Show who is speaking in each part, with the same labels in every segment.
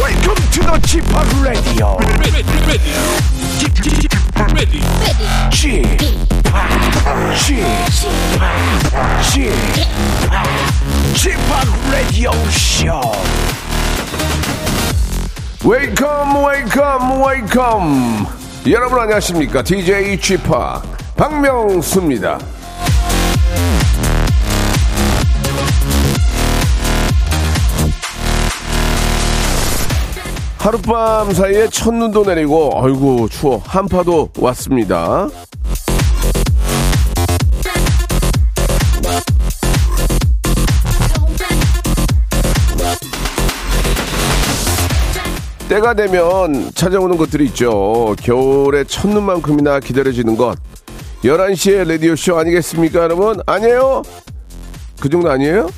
Speaker 1: welcome to the Chip Radio.
Speaker 2: ready, ready, ready,
Speaker 1: Chip, Chip, Chip, Chip Radio Show. Welcome, welcome, welcome. 여러분 안녕하십니까? DJ Chip 박명수입니다. 하룻밤 사이에 첫눈도 내리고 어이구 추워 한파도 왔습니다. 때가 되면 찾아오는 것들이 있죠. 겨울의 첫눈만큼이나 기다려지는 것. 11시에 라디오쇼 아니겠습니까, 여러분? 아니에요? 그 정도 아니에요?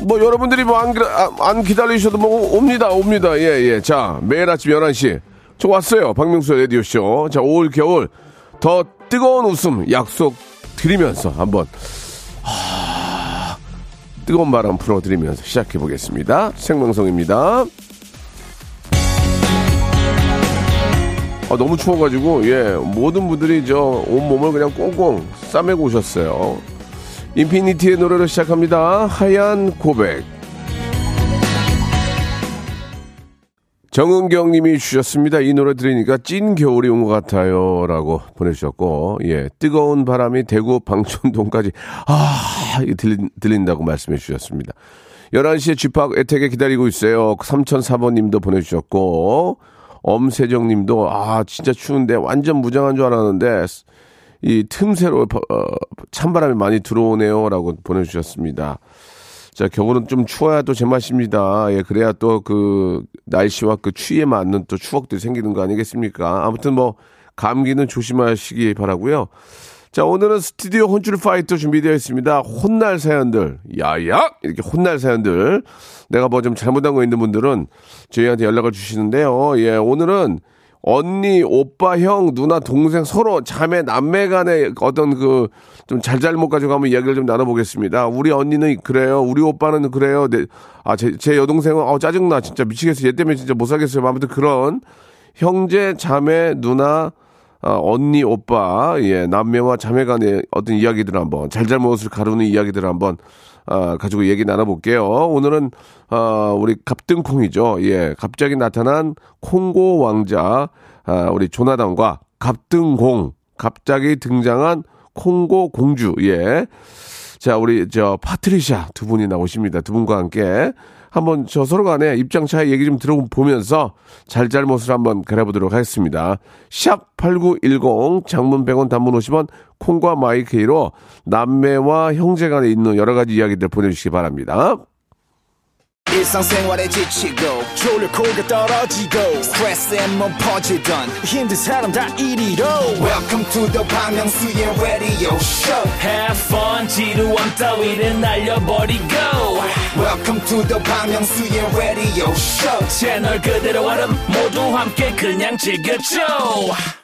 Speaker 1: 뭐 여러분들이 뭐 안 기다리셔도 뭐 옵니다 옵니다 예예 자 매일 아침 11시 저 왔어요 박명수 라디오쇼 자 올 겨울 더 뜨거운 웃음 약속 드리면서 한번 하, 뜨거운 바람 불어드리면서 시작해 보겠습니다 생방송입니다 아, 너무 추워가지고 예 모든 분들이 저온 몸을 그냥 꽁꽁 싸매고 오셨어요 인피니티의 노래로 시작합니다. 하얀 고백. 정은경 님이 주셨습니다. 이 노래 들으니까 찐 겨울이 온 것 같아요. 라고 보내주셨고, 예. 뜨거운 바람이 대구 방촌동까지, 아, 이게 들린, 들린다고 말씀해 주셨습니다. 11시에 집합 애택에 기다리고 있어요. 3004번 님도 보내주셨고, 엄세정 님도, 아, 진짜 추운데, 완전 무장한 줄 알았는데, 이 틈새로 버- 어, 찬바람이 많이 들어오네요라고 보내주셨습니다. 자 겨울은 좀 추워야 또 제맛입니다. 예 그래야 또 그 날씨와 그 추위에 맞는 또 추억들이 생기는 거 아니겠습니까? 아무튼 뭐 감기는 조심하시기 바라고요. 자 오늘은 스튜디오 혼줄 파이터 준비되어 있습니다. 혼날 사연들 야야 이렇게 혼날 사연들 내가 뭐 좀 잘못한 거 있는 분들은 저희한테 연락을 주시는데요. 예 오늘은 언니, 오빠, 형, 누나, 동생 서로 자매, 남매 간의 어떤 그 좀 잘잘못 가지고 한번 이야기를 좀 나눠보겠습니다. 우리 언니는 그래요. 우리 오빠는 그래요. 내, 아, 제, 제 여동생은 어, 짜증나. 진짜 미치겠어. 얘 때문에 진짜 못 살겠어요. 아무튼 그런 형제, 자매, 누나, 아, 언니, 오빠, 예, 남매와 자매 간의 어떤 이야기들을 한번, 잘잘못을 가르는 이야기들을 한번, 아, 가지고 얘기 나눠볼게요. 오늘은, 아, 우리 갑등콩이죠. 예, 갑자기 나타난 콩고 왕자, 아, 우리 조나단과 갑등공, 갑자기 등장한 콩고 공주, 예. 자, 우리 저 파트리샤 두 분이 나오십니다. 두 분과 함께 한번 저 서로 간에 입장 차이 얘기 좀 들어보면서 잘잘못을 한번 가려보도록 하겠습니다. 샵 8910 장문 100원 단문 50원 콩과 마이케이로 남매와 형제 간에 있는 여러 가지 이야기들 보내주시기 바랍니다.
Speaker 3: 일상생활에 지치고, 졸려 코가 떨어지고, 스트레스에 몸 퍼지던, 힘든 사람 다 이리로. welcome to the Bang Myung-soo's radio show
Speaker 4: Have fun 지루함 따위를 날려버리고
Speaker 3: welcome to the Bang Myung-soo's radio show
Speaker 4: 채널 그대로 와름 모두 함께 그냥 즐겨줘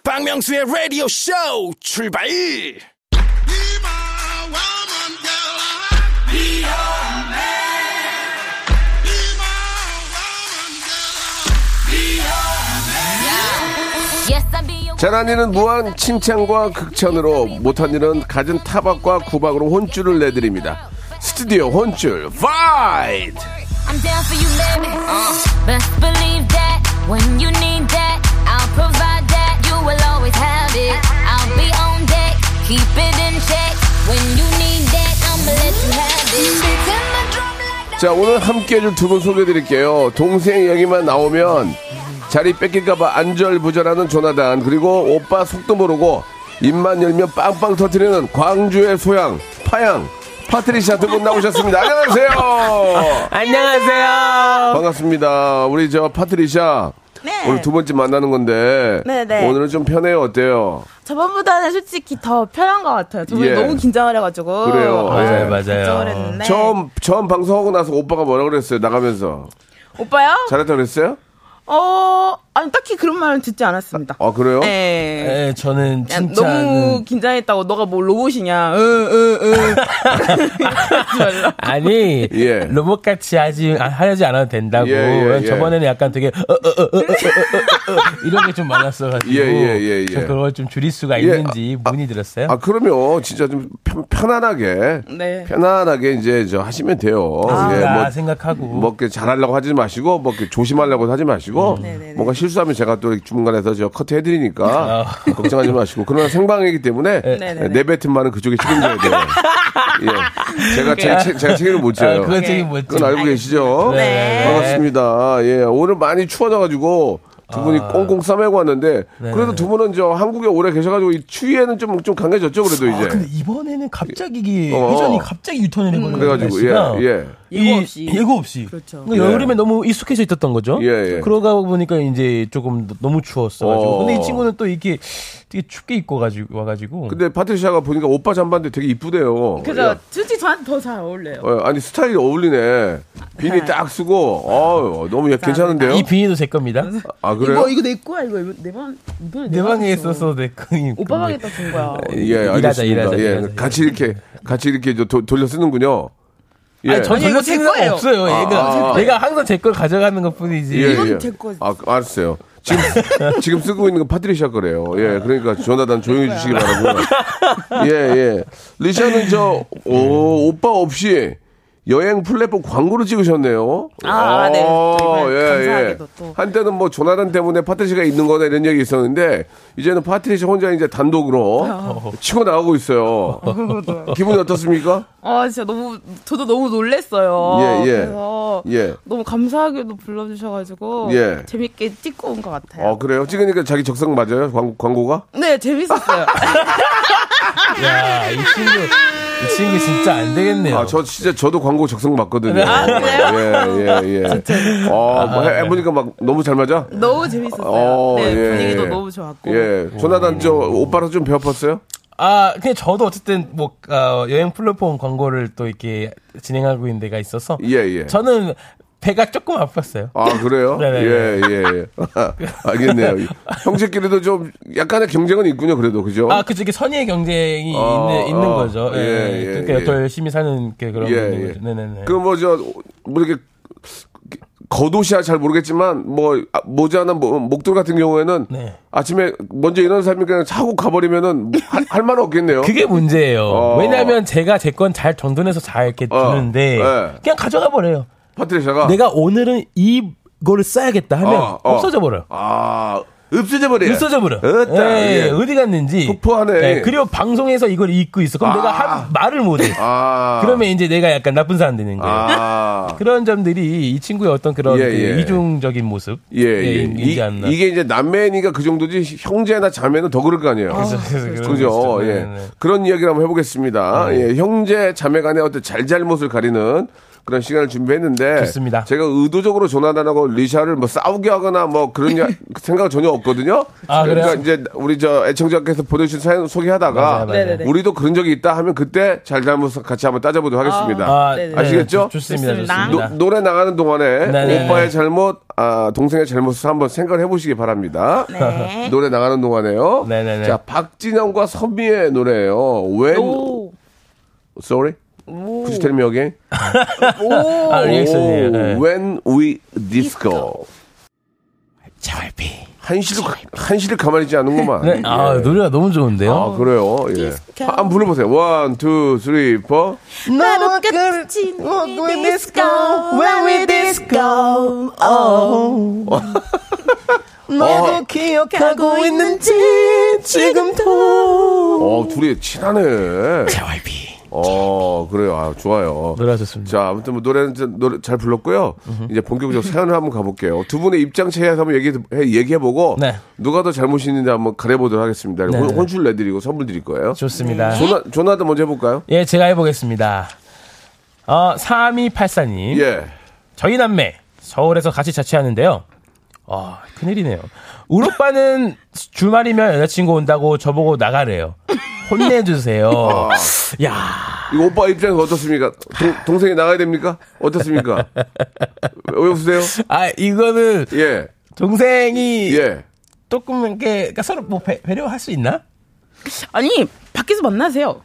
Speaker 3: 박명수의 radio show 출발
Speaker 5: Yes, I'm being
Speaker 1: 잘한 일은 무한 칭찬과 극찬으로 못한 일은 가진 타박과 구박으로 혼쭐을 내드립니다. 스튜디오 혼쭐 파이트!
Speaker 5: I'm down for you, baby. Uh, best believe that when you need that, I'll provide that. You will always have it. I'll be on deck, keep it in check. When you need that, I'ma let you have it. It's in my drum like
Speaker 1: 자 오늘 함께 해줄 두 분 소개해드릴게요 동생 얘기만 나오면 자리 뺏길까봐 안절부절하는 조나단 그리고 오빠 속도 모르고 입만 열면 빵빵 터트리는 광주의 소양 파양 파트리샤 두 분 나오셨습니다 안녕하세요
Speaker 6: 안녕하세요.
Speaker 1: 반갑습니다 우리 저 파트리샤
Speaker 6: 네.
Speaker 1: 오늘 두 번째 만나는 건데
Speaker 6: 네, 네.
Speaker 1: 오늘은 좀 편해요 어때요
Speaker 6: 저번보다는 솔직히 더 편한 것 같아요. 저번에
Speaker 1: 예.
Speaker 6: 너무 긴장을 해가지고.
Speaker 1: 그래요. 예.
Speaker 4: 맞아요
Speaker 6: 긴장을
Speaker 4: 맞아요
Speaker 6: 했는데.
Speaker 1: 처음 처음 방송하고 나서 오빠가 뭐라 그랬어요 나가면서
Speaker 6: 오빠요?
Speaker 1: 잘했다 그랬어요
Speaker 6: 어, 아니 딱히 그런 말은 듣지 않았습니다.
Speaker 1: 아, 그래요?
Speaker 6: 네.
Speaker 7: 예, 저는
Speaker 6: 그냥
Speaker 7: 진짜
Speaker 6: 너무 긴장했다고 너가 뭐 로봇이냐? 응응응.
Speaker 1: 어,
Speaker 7: 아니
Speaker 1: 예.
Speaker 7: 로봇같이 하지 아, 하지 않아도 된다고
Speaker 1: 예, 예, 예.
Speaker 7: 저번에는 약간 되게 어, 어, 어, 어, 어, 어, 어, 어, 이런 게 좀 많았어가지고
Speaker 1: 예, 예, 예, 예.
Speaker 7: 저 그걸 좀 줄일 수가
Speaker 1: 예,
Speaker 7: 있는지 문의드렸어요.
Speaker 1: 아, 그러면 진짜 좀 편, 편안하게.
Speaker 6: 네.
Speaker 1: 편안하게 이제 저 하시면 돼요.
Speaker 7: 아,
Speaker 1: 예, 뭐,
Speaker 7: 생각하고
Speaker 1: 뭐, 이렇게 잘하려고 하지 마시고, 뭐, 이렇게 조심하려고 하지
Speaker 6: 음.
Speaker 1: 마시고,
Speaker 6: 네,
Speaker 1: 뭔가 실수하면 제가 또 중간에서 저 커트 해드리니까, 걱정하지 마시고. 그러나 생방이기 때문에,
Speaker 6: 아. 네네네.
Speaker 1: 내뱉은 말은 그쪽이 책임져야 돼요. 예. 제가,
Speaker 6: 네.
Speaker 1: 제, 책- 제가 책임을 못
Speaker 7: 아,
Speaker 1: 져요. 예.
Speaker 7: 그건 되게 멋지.
Speaker 1: 그건 알고 계시죠?
Speaker 7: 네.
Speaker 1: 반갑습니다. 예, 오늘 많이 추워져가지고 두 분이
Speaker 7: 아.
Speaker 1: 꽁꽁 싸매고 왔는데
Speaker 7: 네.
Speaker 1: 그래도 두 분은 저 한국에 오래 계셔가지고 이 추위에는 좀 좀 강해졌죠 그래도
Speaker 7: 아, 근데
Speaker 1: 이제
Speaker 7: 이번에는 갑자기 이게
Speaker 1: 네. 어.
Speaker 7: 회전이 갑자기 유턴을 해버린
Speaker 1: 그래가지고 예예
Speaker 6: 예고 없이.
Speaker 7: 예고 없이.
Speaker 6: 그렇죠.
Speaker 7: 그러니까
Speaker 1: 예.
Speaker 7: 여름에 너무 익숙해져 있었던 거죠.
Speaker 1: 예, 예.
Speaker 7: 그러다 보니까 이제 조금 너- 너무 추웠어가지고.
Speaker 1: 어.
Speaker 7: 근데 이 친구는 또 이렇게 되게 춥게 입고 가지고 와가지고.
Speaker 1: 근데 파트리샤가 보니까 오빠 잠바인데 되게 이쁘대요.
Speaker 6: 그래서 솔직히 저한테 더 잘 어울려요.
Speaker 1: 예. 어, 아니 스타일이 어울리네. 비니 딱 쓰고 어 너무 예, 괜찮은데요?
Speaker 7: 이 비니도 제 겁니다.
Speaker 1: 아 그래요?
Speaker 6: 이거 이거 내 거야 이거 이거 내방 이번에
Speaker 7: 내
Speaker 6: 내가
Speaker 7: 방에
Speaker 6: 샀어.
Speaker 7: 네 있어서 내 그.
Speaker 6: 오빠 방에 다 준 거야.
Speaker 1: 예
Speaker 7: 일하자,
Speaker 1: 알겠습니다.
Speaker 7: 일하자,
Speaker 1: 예
Speaker 7: 일하자.
Speaker 1: 같이 이렇게 같이 이렇게 저 도- 돌려 쓰는군요. 예.
Speaker 7: 아니, 전
Speaker 6: 아니, 이거
Speaker 7: 전혀
Speaker 6: 제
Speaker 7: 생각
Speaker 6: 거예요.
Speaker 7: 없어요. 얘가,
Speaker 1: 아, 아.
Speaker 7: 얘가 항상 제 걸 가져가는 것 뿐이지.
Speaker 6: 이건 제 거.
Speaker 1: 아, 알았어요. 지금, 지금 쓰고 있는 건 파트리샤 거래요. 예, 그러니까 조나단 조용히 해주시기 바라고. 예, 예. 리샤는 저, 오, 오빠 없이 여행 플랫폼 광고를 찍으셨네요. 어, 예,
Speaker 6: 아, 네. 정말 감사하게도 또.
Speaker 1: 한때는 뭐 조나단 때문에 파트리샤가 있는 거나 이런 얘기 있었는데, 이제는 파트리샤 혼자 이제
Speaker 6: 어.
Speaker 1: 단독으로 치고 나가고 있어요. 기분이 어떻습니까?
Speaker 6: 아 진짜 너무 저도 너무 놀랬어요.
Speaker 1: 예, 예.
Speaker 6: 그래서
Speaker 1: 예.
Speaker 6: 너무 감사하게도 불러주셔가지고
Speaker 1: 예.
Speaker 6: 재밌게 찍고 온 것 같아요.
Speaker 1: 어, 그래요? 찍으니까 자기 적성 맞아요? 광, 광고가?
Speaker 6: 네 재밌었어요.
Speaker 7: 야, 이 친구, 이 친구 진짜 안 되겠네요.
Speaker 1: 아, 저 진짜 저도 광고 적성 맞거든요.
Speaker 6: 아, 그래요?
Speaker 1: 예, 예, 예. 아, 뭐
Speaker 7: 네.
Speaker 1: 해, 보니까 막 너무 잘 맞아?
Speaker 6: 너무 재밌었어요.
Speaker 1: 어,
Speaker 6: 네,
Speaker 1: 예.
Speaker 6: 분위기도 너무 좋았고.
Speaker 1: 예.
Speaker 7: 음.
Speaker 1: 조나단 저 오빠랑 좀 배워봤어요?
Speaker 7: 아, 근데 저도 어쨌든 뭐 어, 여행 플랫폼 광고를 또 이렇게 진행하고 있는 데가 있어서
Speaker 1: 예, 예.
Speaker 7: 저는 배가 조금 아팠어요.
Speaker 1: 아, 그래요?
Speaker 7: 네네네.
Speaker 1: 예, 예, 예. 알겠네요. 형제끼리도 좀 약간의 경쟁은 있군요, 그래도. 그죠?
Speaker 7: 아, 그죠. 이게 선의의 경쟁이
Speaker 1: 어,
Speaker 7: 있는, 있는
Speaker 1: 어.
Speaker 7: 거죠. 예,
Speaker 1: 예, 예,
Speaker 7: 그러니까
Speaker 1: 예.
Speaker 7: 더 열심히 사는 게 그런
Speaker 1: 예,
Speaker 7: 거 있는
Speaker 1: 예.
Speaker 7: 거죠. 네네네.
Speaker 1: 그럼 뭐, 저, 뭐 이렇게 겉옷이야 잘 모르겠지만 뭐 아, 모자나 뭐, 목도리 같은 경우에는
Speaker 7: 네.
Speaker 1: 아침에 먼저 일어난 사람이 그냥 차고 가버리면은 할, 할 말은 없겠네요.
Speaker 7: 그게 문제예요.
Speaker 1: 어.
Speaker 7: 왜냐하면 제가 제 건 잘 정돈해서 잘 이렇게
Speaker 1: 어,
Speaker 7: 주는데
Speaker 1: 예. 아.
Speaker 7: 그냥 가져가 버려요.
Speaker 1: 파트리샤가
Speaker 7: 내가 오늘은 이거를 써야겠다 하면
Speaker 1: 어, 어.
Speaker 7: 없어져 버려.
Speaker 1: 아, 없어져 버려.
Speaker 7: 없어져 버려.
Speaker 1: 없다.
Speaker 7: 예,
Speaker 1: 예.
Speaker 7: 어디 갔는지.
Speaker 1: 폭포하네.
Speaker 7: 예, 그리고 방송에서 이걸 읽고 있어. 그럼
Speaker 1: 아.
Speaker 7: 내가 한 말을 못해.
Speaker 1: 아.
Speaker 7: 그러면 이제 내가 약간 나쁜 사람 되는 거예요.
Speaker 1: 아.
Speaker 7: 그런 점들이 이 친구의 어떤 그런
Speaker 1: 예,
Speaker 7: 그
Speaker 1: 예.
Speaker 7: 이중적인 모습.
Speaker 1: 예, 예. 이,
Speaker 7: 이지 않나.
Speaker 1: 게 이제 남매니까 그 정도지 형제나 자매는 더 그럴 거 아니에요.
Speaker 7: 그래서 그런
Speaker 1: 그죠?
Speaker 7: 거 있죠.
Speaker 1: 예.
Speaker 7: 네, 네.
Speaker 1: 그런 이야기를 한번 해보겠습니다. 예, 형제 자매 간의 어떤 잘잘못을 가리는 그런 시간을 준비했는데
Speaker 7: 좋습니다.
Speaker 1: 제가 의도적으로 조나단하고 리샤를 뭐 싸우게 하거나 뭐 그런 야- 생각은 전혀 없거든요.
Speaker 7: 아,
Speaker 1: 그러니까
Speaker 7: 그래요?
Speaker 1: 이제 우리 저 애청자께서 보내주신 사연 소개하다가
Speaker 7: 맞아요, 맞아요.
Speaker 6: 네네네.
Speaker 1: 우리도 그런 적이 있다 하면 그때 잘잘못 같이 한번 따져보도록 하겠습니다.
Speaker 7: 아,
Speaker 6: 네네.
Speaker 1: 아시겠죠?
Speaker 7: 좋- 좋습니다.
Speaker 6: 좋습니다.
Speaker 1: 노,
Speaker 7: 좋습니다.
Speaker 1: 노래 나가는 동안에
Speaker 7: 네네.
Speaker 1: 오빠의 잘못, 아, 동생의 잘못을 한번 생각을 해보시기 바랍니다.
Speaker 6: 네.
Speaker 1: 노래 나가는 동안에요.
Speaker 7: 네네네.
Speaker 1: 자, 박진영과 선미의 노래예요. When
Speaker 6: 오,
Speaker 1: Sorry?
Speaker 6: 오,
Speaker 1: Could you tell me again?
Speaker 6: 오.
Speaker 7: 아, 리액션이에요. 네.
Speaker 1: When we disco.
Speaker 7: JYP.
Speaker 1: 한시를 가- 한시를 가만히 있지 않는구만.
Speaker 7: 네. 아,
Speaker 1: 예.
Speaker 7: 노래가 너무 좋은데요.
Speaker 1: 아, 그래요. 예. 한번 불러보세요. One, two, three, four.
Speaker 6: 나로 끝이
Speaker 7: we
Speaker 6: 디스코
Speaker 7: when we
Speaker 6: disco 어.
Speaker 1: 너도
Speaker 6: 기억하고 어. 있는지
Speaker 7: 지금도.
Speaker 1: 어, 둘이 친하네.
Speaker 7: JYP.
Speaker 1: 어, 그래요. 아, 좋아요.
Speaker 7: 노래가 좋습니다.
Speaker 1: 자, 아무튼 뭐 노래는 저- 노래 잘 불렀고요. 이제 본격적으로 사연을 한번 가볼게요. 두 분의 입장 차이에서 한번 얘기, 해, 보고
Speaker 7: 네.
Speaker 1: 누가 더 잘못이 있는지 한번 가려보도록 하겠습니다.
Speaker 7: 네.
Speaker 1: 혼, 술 내드리고 선물 드릴 거예요.
Speaker 7: 좋습니다.
Speaker 1: 조나, 조나도 먼저 해볼까요?
Speaker 7: 예, 제가 해보겠습니다. 어, 3284님.
Speaker 1: 예.
Speaker 7: 저희 남매 서울에서 같이 자취하는데요. 아 큰일이네요. 우리 오빠는 주말이면 여자친구 온다고 저보고 나가래요.
Speaker 1: 아.
Speaker 7: 혼내주세요. 야
Speaker 1: 이거 오빠 입장에서 어떻습니까? 동, 생이 나가야 됩니까? 어떻습니까? 왜 웃으세요?
Speaker 7: 아, 이거는
Speaker 1: 예.
Speaker 7: 동생이
Speaker 1: 예.
Speaker 7: 조금 이렇게 그러니까 서로 뭐 배, 려할수 있나?
Speaker 6: 아니 밖에서 만나세요.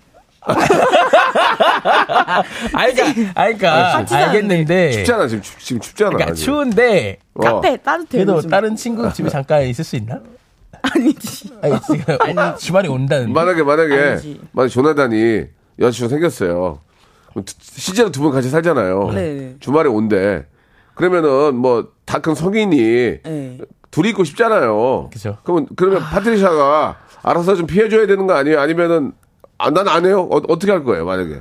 Speaker 6: 아,
Speaker 7: 알까,
Speaker 6: 그러니까
Speaker 7: 알까,
Speaker 6: 같이 사는데.
Speaker 7: 알겠는데.
Speaker 1: 춥잖아 지금 춥, 지금 춥잖아.
Speaker 7: 그러니까
Speaker 1: 지금.
Speaker 7: 추운데
Speaker 1: 어.
Speaker 6: 카페 네, 따뜻해요.
Speaker 7: 그래도
Speaker 6: 요즘.
Speaker 7: 다른 친구 집에 잠깐 있을 수 있나?
Speaker 6: 아니지.
Speaker 7: 아니, 지금 온- 주말에 온다는. 데
Speaker 1: 만약에 만약에
Speaker 6: 아니지.
Speaker 1: 만약 조나단이 여자친구 생겼어요. 그럼 두- 실제로 두 분 같이 살잖아요.
Speaker 6: 네.
Speaker 1: 주말에 온대. 그러면은 뭐 다 큰 성인이
Speaker 6: 네.
Speaker 1: 둘이 있고 싶잖아요.
Speaker 7: 그죠.
Speaker 1: 그러면 그러면 파트리샤가 알아서 좀 피해줘야 되는 거 아니에요? 아니면은 아, 난안 해요. 어, 떻게할 거예요 만약에?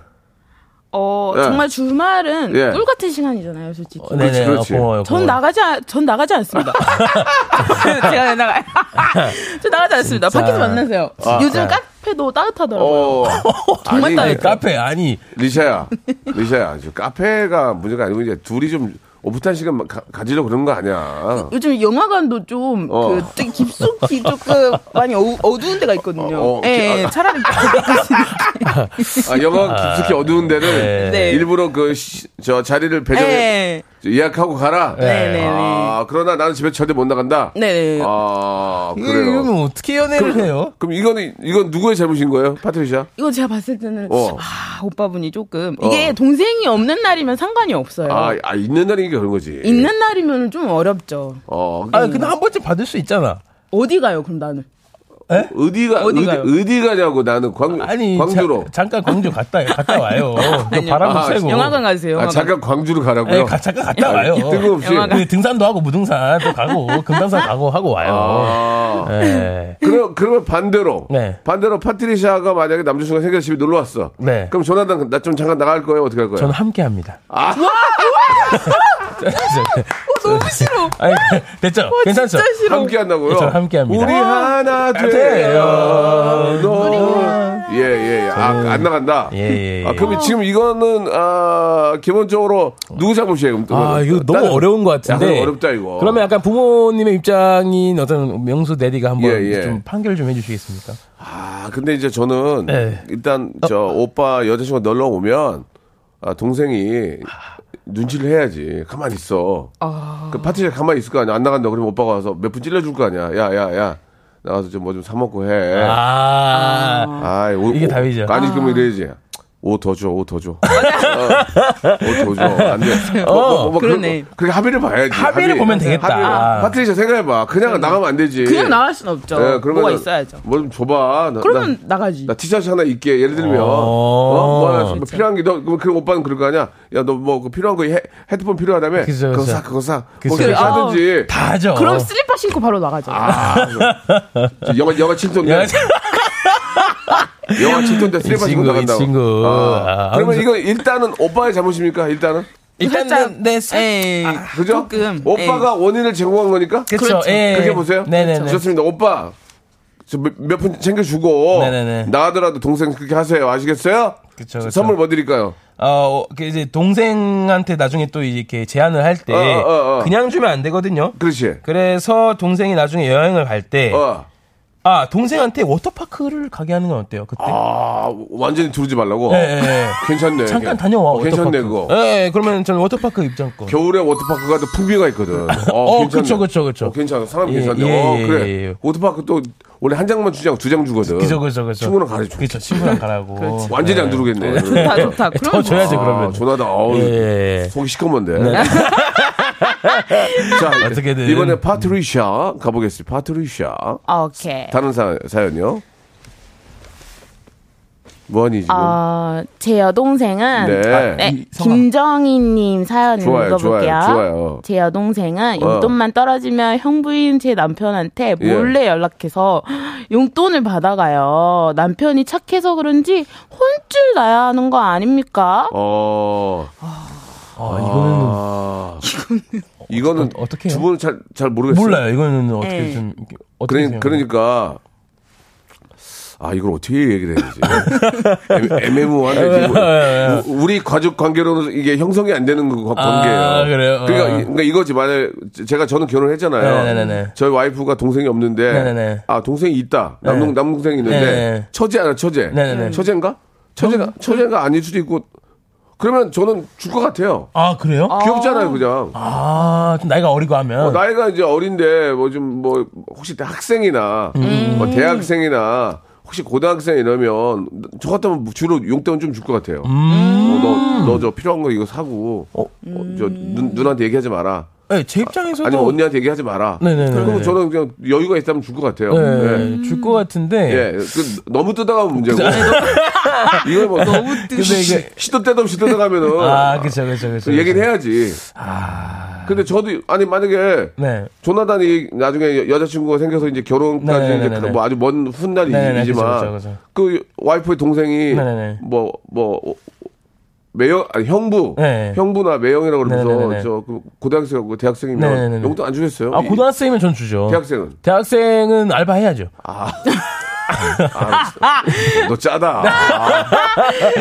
Speaker 6: 어
Speaker 1: 예.
Speaker 6: 정말 주말은
Speaker 1: 예.
Speaker 6: 꿀 같은 시간이잖아요, 솔직히.
Speaker 1: 그렇지, 그렇지.
Speaker 7: 어, 고마워요.
Speaker 6: 전
Speaker 7: 고마워요.
Speaker 6: 나가지 않, 전 나가지 않습니다. 제가 왜 나가요? 전 나가지 않습니다.
Speaker 7: 진짜.
Speaker 6: 밖에서 만나세요. 요즘 카페도 따뜻하더라고요.
Speaker 1: 아, 네. 어
Speaker 6: 정말
Speaker 1: 아니,
Speaker 7: 아니,
Speaker 6: 따뜻해.
Speaker 7: 카페 아니
Speaker 1: 리샤야, 리샤야, 지금 카페가 문제가 아니고 이제 둘이 좀 오붓한 시간 가, 가지려 그런 거 아니야?
Speaker 6: 요즘 영화관도 좀,
Speaker 1: 어.
Speaker 6: 그, 되게 깊숙이 조금 많이 어, 어두운 데가 있거든요.
Speaker 1: 어, 어,
Speaker 6: 예,
Speaker 1: 아.
Speaker 6: 차라리. 거기 가시는 게.
Speaker 1: 아, 영화 깊숙이 어두운 데를
Speaker 6: 네.
Speaker 1: 일부러 그 저 자리를 배정해
Speaker 6: 예.
Speaker 1: 예약하고 가라.
Speaker 6: 네네네.
Speaker 1: 아 그러나 나는 집에 절대 못 나간다.
Speaker 6: 네네.
Speaker 1: 아
Speaker 7: 이
Speaker 1: 그래요.
Speaker 7: 이러면 어떻게 연애를 해요?
Speaker 1: 그럼 이거는 이건 누구의 잘못인 거예요, 파트리샤?
Speaker 6: 이거 제가 봤을 때는,
Speaker 1: 어.
Speaker 6: 아, 오빠분이 조금. 이게
Speaker 1: 어.
Speaker 6: 동생이 없는 날이면 상관이 없어요.
Speaker 1: 아, 예. 아 있는 날이 그런 거지.
Speaker 6: 있는 날이면 좀 어렵죠.
Speaker 1: 어,
Speaker 7: 아 근데 한 번쯤 받을 수 있잖아.
Speaker 6: 어디 가요, 그럼 나는?
Speaker 1: 어디가
Speaker 6: 아, 어디
Speaker 1: 어디,
Speaker 6: 가요?
Speaker 1: 어디 가냐고 나는 광
Speaker 7: 아니
Speaker 1: 광주로.
Speaker 7: 자- 잠깐 광주 갔다 갔다 와요. 그
Speaker 6: 아니요.
Speaker 7: 바람도
Speaker 1: 아,
Speaker 7: 쐬고.
Speaker 6: 영화관 가세요,
Speaker 1: 아,
Speaker 6: 영화관.
Speaker 1: 잠깐 광주로 가라고요.
Speaker 7: 네, 가- 잠깐 갔다 와요.
Speaker 1: 아니, 뜬금없이.
Speaker 6: 영화관.
Speaker 7: 그 등산도 하고 무등산 또 가고 금강산 가고 하고 와요.
Speaker 1: 아,
Speaker 7: 네.
Speaker 1: 그럼 그러면 반대로
Speaker 7: 네.
Speaker 1: 반대로 파트리샤가 만약에 남자친구가 생겨서 집에 놀러 왔어.
Speaker 7: 네.
Speaker 1: 그럼 조나단 나 좀 잠깐 나갈 거예요. 어떻게 할 거예요?
Speaker 7: 저는 함께 합니다.
Speaker 1: 아,
Speaker 6: 너무 싫어.
Speaker 7: 아니, 됐죠? 괜찮죠?
Speaker 6: 진짜 싫어.
Speaker 1: 함께 한다고요?
Speaker 7: 네, 저는 함께 합니다. 아,
Speaker 1: 우리 하나 돼요. 예예. 예. 아, 안 나간다.
Speaker 7: 예, 예, 예.
Speaker 1: 아, 그럼 지금 이거는 아, 기본적으로 누구 잘못이에요? 그럼
Speaker 7: 아, 이거 너무
Speaker 1: 다른-
Speaker 7: 어려운 것 같은데.
Speaker 1: 약간 어렵다 이거.
Speaker 7: 그러면 약간 부모님의 입장인 어떤 명수 대리가 한번
Speaker 1: 예, 예.
Speaker 7: 좀 판결 좀 해주시겠습니까?
Speaker 1: 아, 근데 이제 저는
Speaker 7: 네.
Speaker 1: 일단 저 오빠 여자친구 가 놀러 오면 아, 동생이 눈치를 해야지. 가만히 있어. 그 파티에 가만히 있을 거 아니야. 안 나간다. 그러면 오빠가 와서 몇 분 찔러줄 거 아니야. 야, 야, 야. 나가서 좀 뭐 좀 사먹고 해. 아, 예.
Speaker 7: 아,
Speaker 1: 오,
Speaker 7: 이게
Speaker 1: 오,
Speaker 7: 답이죠.
Speaker 1: 아니, 그러면 이래야지. 옷 더 줘, 옷 더 줘. 옷 더 줘. 안 돼. 뭐, 뭐, 뭐, 뭐,
Speaker 6: 그러네.
Speaker 1: 그, 그렇게 합의를 봐야지.
Speaker 7: 어. 합의를 보면 되겠다. 아.
Speaker 1: 파트리샤 생각해봐. 그냥 나가면 안 되지.
Speaker 6: 그냥 나갈 순 없죠.
Speaker 1: 예, 그러면은
Speaker 6: 뭐가 있어야죠.
Speaker 1: 뭐좀 줘봐. 나-
Speaker 6: 그러면
Speaker 1: 나-
Speaker 6: 나가지.
Speaker 1: 나 티셔츠 하나 입게 예를 들면
Speaker 7: 어.
Speaker 1: 어? 뭐야, 뭐 필요한 게너 그럼 그 오빠는 그럴 거 아니야 야 너 뭐 필요한 거 해, 헤드폰 필요하다며
Speaker 7: 그죠,
Speaker 1: 그거
Speaker 7: 그죠.
Speaker 1: 사 그거 사
Speaker 7: 그죠,
Speaker 1: 그렇게
Speaker 7: 그죠.
Speaker 1: 하든지
Speaker 6: 아,
Speaker 7: 다 하죠.
Speaker 6: 그럼 슬리퍼 신고 바로 나가죠.
Speaker 1: 어. 아 저 영화 영화 칠톤데
Speaker 7: 야,
Speaker 1: 영화 칠톤데
Speaker 7: 이
Speaker 1: 슬리퍼 신고
Speaker 7: 친구, 이
Speaker 1: 나간다고
Speaker 7: 친구.
Speaker 1: 아,
Speaker 7: 아,
Speaker 1: 그러면
Speaker 7: 아무튼-
Speaker 1: 이거 일단은 오빠의 잘못입니까 일단은
Speaker 7: 일단은, 네, 살-
Speaker 6: 예.
Speaker 1: 아, 그죠
Speaker 6: 조금. 예.
Speaker 1: 오빠가 원인을 제공한 거니까
Speaker 7: 그렇죠.
Speaker 6: 그렇죠.
Speaker 7: 예.
Speaker 1: 그렇게 보세요 그렇죠.
Speaker 7: 네네네.
Speaker 1: 좋습니다 오빠 몇 푼 챙겨주고
Speaker 7: 네네네.
Speaker 1: 나가더라도 동생 그렇게 하세요 아시겠어요
Speaker 7: 그쵸, 그쵸.
Speaker 1: 선물 뭐 드릴까요
Speaker 7: 어, 그 이제 동생한테 나중에 또 이렇게 제안을 할 때
Speaker 1: 어, 어, 어.
Speaker 7: 그냥 주면 안 되거든요.
Speaker 1: 그렇지
Speaker 7: 그래서 동생이 나중에 여행을 갈 때
Speaker 1: 어.
Speaker 7: 아, 동생한테 워터파크를 가게 하는 건 어때요? 그때.
Speaker 1: 아, 완전히 두르지 말라고?
Speaker 7: 예, 예, 예.
Speaker 1: 괜찮네.
Speaker 7: 잠깐 다녀와.
Speaker 1: 어, 괜찮네,
Speaker 7: 워터파크.
Speaker 1: 그거.
Speaker 7: 예, 예, 그러면 저는 워터파크 입장권.
Speaker 1: 겨울에 워터파크 가도 풍비가 있거든.
Speaker 7: 어,
Speaker 1: 괜찮네.
Speaker 7: 그쵸, 그쵸, 그쵸.
Speaker 1: 어, 괜찮아. 사람
Speaker 7: 예,
Speaker 1: 괜찮네.
Speaker 7: 예,
Speaker 1: 어,
Speaker 7: 예,
Speaker 1: 그래.
Speaker 7: 예, 예.
Speaker 1: 워터파크 또 원래 한 장만 주지 않고 두 장 주거든.
Speaker 7: 그죠, 그죠, 그죠.
Speaker 1: 친구랑 가르쳐.
Speaker 7: 그죠, 친구랑 가라고.
Speaker 1: 완전히
Speaker 7: 예.
Speaker 1: 안
Speaker 7: 어,
Speaker 1: 두르겠네.
Speaker 6: 좋다, 좋다. 뭐. 그럼
Speaker 7: 더 줘야지,
Speaker 1: 아,
Speaker 7: 그러면.
Speaker 1: 조나다. 어우,
Speaker 7: 예, 예, 예.
Speaker 1: 속이 시커먼데. 자,
Speaker 7: 어떻게든.
Speaker 1: 이번에 파트리샤 가보겠습니다. 파트리샤.
Speaker 6: 아, 오케이.
Speaker 1: 다른 사, 사연이요? 뭐하니 지금?
Speaker 6: 아.
Speaker 8: 어, 제 여동생은
Speaker 1: 네.
Speaker 8: 네, 김정희님 사연
Speaker 1: 좋아요,
Speaker 8: 읽어볼게요.
Speaker 1: 좋아요, 좋아요.
Speaker 8: 제 여동생은
Speaker 1: 어.
Speaker 8: 용돈만 떨어지면 형부인 제 남편한테
Speaker 1: 예.
Speaker 8: 몰래 연락해서 용돈을 받아가요. 남편이 착해서 그런지 혼쭐 나야 하는 거 아닙니까?
Speaker 1: 어.
Speaker 7: 음. 아, 이거는
Speaker 1: 아, 이거는
Speaker 7: 어, 어떻게 해요?
Speaker 1: 두 분은 잘, 잘 모르겠어요.
Speaker 7: 몰라요. 이거는 어떻게 좀 이렇게 어떻게
Speaker 1: 그러니,
Speaker 7: 생각해요?
Speaker 1: 그러니까 아 이걸 어떻게 얘기를 해야지 애매모호하네 지금. 뭐, 우- 우리 가족 관계로는 이게 형성이 안 되는 거- 관계예요.
Speaker 7: 아, 그래요?
Speaker 1: 그러니까,
Speaker 7: 어.
Speaker 1: 이- 그러니까 이거지 만약 제가 저는 결혼을 했잖아요.
Speaker 7: 네네네네.
Speaker 1: 저희 와이프가 동생이 없는데
Speaker 7: 네네네.
Speaker 1: 아 동생이 있다 남동
Speaker 7: 네.
Speaker 1: 남동생이 있는데
Speaker 7: 네네.
Speaker 1: 처제 하나 처제
Speaker 7: 네네네. 음,
Speaker 1: 처제인가 처제가 처제가 아닐 수도 있고 그러면 저는 줄 것 같아요.
Speaker 7: 아 그래요?
Speaker 1: 귀엽잖아요, 그냥.
Speaker 7: 아, 좀 나이가 어리고 하면.
Speaker 1: 어, 나이가 이제 어린데 뭐 좀 뭐 혹시 학생이나
Speaker 7: 음.
Speaker 1: 뭐 대학생이나 혹시 고등학생 이러면 저 같으면 주로 용돈 좀 줄 것 같아요.
Speaker 7: 음.
Speaker 1: 어, 너 너 저 필요한 거 이거 사고 어, 저 누, 누나한테 얘기하지 마라.
Speaker 7: 네, 제 입장에서도
Speaker 1: 아니면 언니한테 얘기하지 마라.
Speaker 7: 네네네.
Speaker 1: 그러면 저는 그냥 여유가 있다면 줄 것 같아요. 예.
Speaker 7: 네, 줄것 같은데.
Speaker 1: 예, 그 너무 뜯어가면 문제고. 이걸 뭐 너무
Speaker 7: 근데 이게
Speaker 1: 시도 때도 없이 뜯어가면은
Speaker 7: 아, 그쵸그쵸그쵸
Speaker 1: 그 얘기는 해야지. 근데 저도 아니 만약에
Speaker 7: 네.
Speaker 1: 조나단이 나중에 여자친구가 생겨서 이제 결혼까지
Speaker 7: 네네네네.
Speaker 1: 이제 그뭐 아주 먼
Speaker 7: 네네네, 그쵸,
Speaker 1: 훗날이지만
Speaker 7: 그쵸, 그쵸.
Speaker 1: 그 와이프의 동생이
Speaker 7: 네네네.
Speaker 1: 뭐 뭐 매형 아니 형부
Speaker 7: 네.
Speaker 1: 형부나 매형이라고 그러면서
Speaker 7: 네네네네.
Speaker 1: 저그 고등학생하고 대학생이면
Speaker 7: 네네네네.
Speaker 1: 용돈 안 주겠어요?
Speaker 7: 아,
Speaker 1: 이-
Speaker 7: 고등학생이면 전 주죠.
Speaker 1: 대학생은
Speaker 7: 대학생은 알바 해야죠.
Speaker 1: 너 짜다. 아.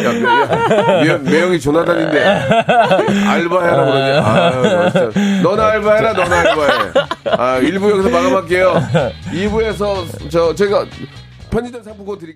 Speaker 1: 야, 매- 야, 매- 매형이 조나단인데 알바해라 그러지. 아유, 너 진짜. 너나 알바해라, 너나 알바해. 아, 1부 여기서 마감할게요. 2부에서 저 제가 편의점 상품권 드릴게요.